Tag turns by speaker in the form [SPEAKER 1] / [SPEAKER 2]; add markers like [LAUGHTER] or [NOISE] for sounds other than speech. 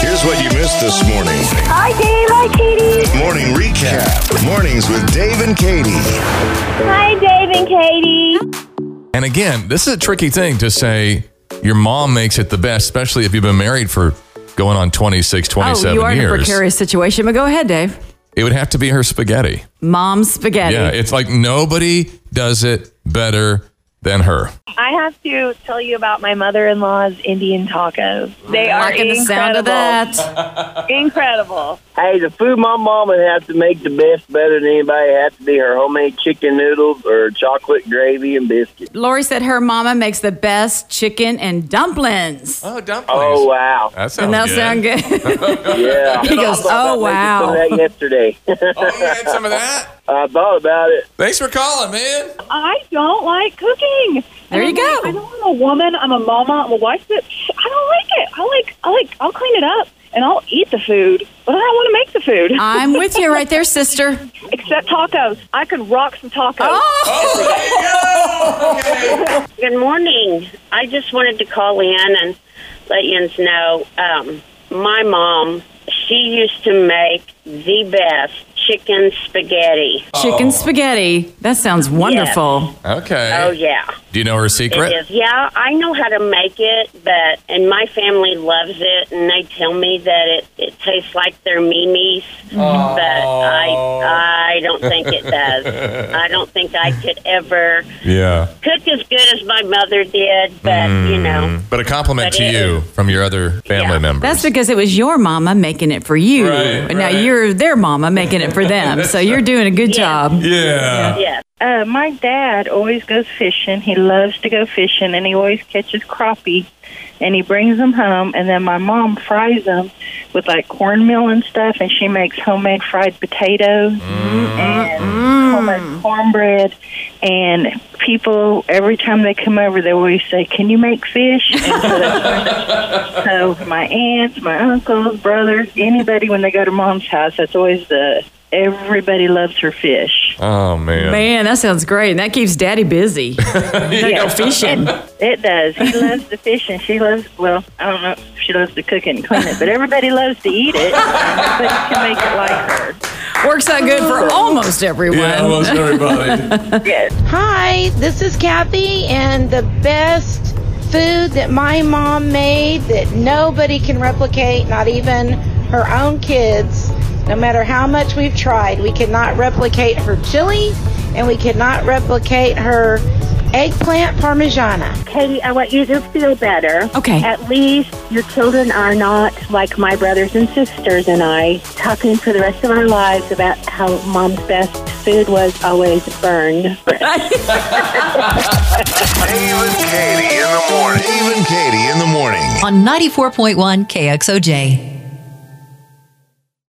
[SPEAKER 1] Here's what you missed this morning.
[SPEAKER 2] Hi, Dave. Hi, Katie.
[SPEAKER 1] Morning recap. Mornings with Dave and Katie.
[SPEAKER 2] Hi, Dave and Katie.
[SPEAKER 3] And again, this is a tricky thing to say your mom makes it the best, especially if you've been married for going on 26, 27
[SPEAKER 4] oh, you are
[SPEAKER 3] years.
[SPEAKER 4] in a precarious situation, but go ahead, Dave.
[SPEAKER 3] It would have to be her spaghetti.
[SPEAKER 4] Mom's spaghetti.
[SPEAKER 3] Yeah, it's like nobody does it better than her.
[SPEAKER 5] I have to tell you about my mother-in-law's Indian tacos. They are
[SPEAKER 4] Liking the
[SPEAKER 5] incredible.
[SPEAKER 4] sound of that.
[SPEAKER 5] Incredible.
[SPEAKER 6] Hey, the food my mom would have to make the best better than anybody had to be her homemade chicken noodles or chocolate gravy and biscuits.
[SPEAKER 4] [LAUGHS] Lori said her mama makes the best chicken and dumplings.
[SPEAKER 3] Oh, dumplings.
[SPEAKER 6] Oh, wow.
[SPEAKER 3] That sounds
[SPEAKER 4] and that
[SPEAKER 3] good.
[SPEAKER 4] sound good? [LAUGHS]
[SPEAKER 6] Yeah.
[SPEAKER 4] He goes,
[SPEAKER 6] I thought
[SPEAKER 4] "Oh,
[SPEAKER 6] about making Some of that yesterday.
[SPEAKER 3] Oh, you had some of that?
[SPEAKER 6] [LAUGHS] I thought about it.
[SPEAKER 3] Thanks for calling, man.
[SPEAKER 5] I don't like cooking.
[SPEAKER 4] There
[SPEAKER 5] And
[SPEAKER 4] you
[SPEAKER 5] I'm
[SPEAKER 4] go.
[SPEAKER 5] like, I know I'm a woman. I'm a mama. I'm a wife, but psh, I don't like it. I like. I like. I'll clean it up and I'll eat the food, but I don't want to make the food.
[SPEAKER 4] I'm with you right there, sister.
[SPEAKER 5] Except tacos. I could rock some tacos.
[SPEAKER 4] Oh,
[SPEAKER 7] Good morning. I just wanted to call in and let you know um, my mom, she used to make the best chicken spaghetti.
[SPEAKER 4] chicken spaghetti. That sounds wonderful.
[SPEAKER 3] Okay.
[SPEAKER 7] Oh, yeah.
[SPEAKER 3] Do you know her
[SPEAKER 7] It
[SPEAKER 3] secret?
[SPEAKER 7] is. Yeah, I know how to make it, but, and my family loves it, and they tell me that it, it tastes like their Mimi's, but I, I don't think it does. I don't think I could ever
[SPEAKER 3] Yeah.
[SPEAKER 7] cook as good as my mother did, but, you know.
[SPEAKER 3] But a compliment
[SPEAKER 7] But
[SPEAKER 3] to
[SPEAKER 7] it
[SPEAKER 3] you from your other family
[SPEAKER 7] Yeah.
[SPEAKER 3] members.
[SPEAKER 4] That's because it was your mama making it for you.
[SPEAKER 3] Right,
[SPEAKER 4] and now
[SPEAKER 3] right.
[SPEAKER 4] you're their mama making it for them. so you're doing a good job.
[SPEAKER 3] yeah.
[SPEAKER 7] Yes.
[SPEAKER 5] Uh, my dad always goes fishing. He loves to go fishing, and he always catches crappie, and he brings them home. And then my mom fries them with like cornmeal and stuff, and she makes homemade fried potatoes and homemade cornbread. And people, every time they come over, they always say, "Can you make fish?" And so, that's- so my aunts, my uncles, brothers, anybody when they go to mom's house, that's always the everybody loves her fish.
[SPEAKER 3] Oh, man.
[SPEAKER 4] Man, that sounds great. And that keeps daddy busy. Gotta
[SPEAKER 3] [LAUGHS]
[SPEAKER 4] go fishing.
[SPEAKER 5] It does. He loves the fish, and she loves. Well, I don't know if she loves to cook it and clean it, but everybody loves to eat it. Um, But you can make it like her.
[SPEAKER 4] Works out good
[SPEAKER 3] [LAUGHS]
[SPEAKER 4] for almost everyone.
[SPEAKER 3] Yeah, almost everybody.
[SPEAKER 8] Hi, this is Kathy, and the best food that my mom made that nobody can replicate, not even her own kids, no matter how much we've tried, we could not replicate her chili and we could not replicate her eggplant parmigiana.
[SPEAKER 9] Katie, I want you to feel better.
[SPEAKER 4] Okay.
[SPEAKER 9] At least your children are not like my brothers and sisters and I, talking for the rest of our lives about how mom's best food was always burned.
[SPEAKER 1] Dave and Katie in the morning. Dave and Katie in the morning.
[SPEAKER 10] on 94.1 KXOJ.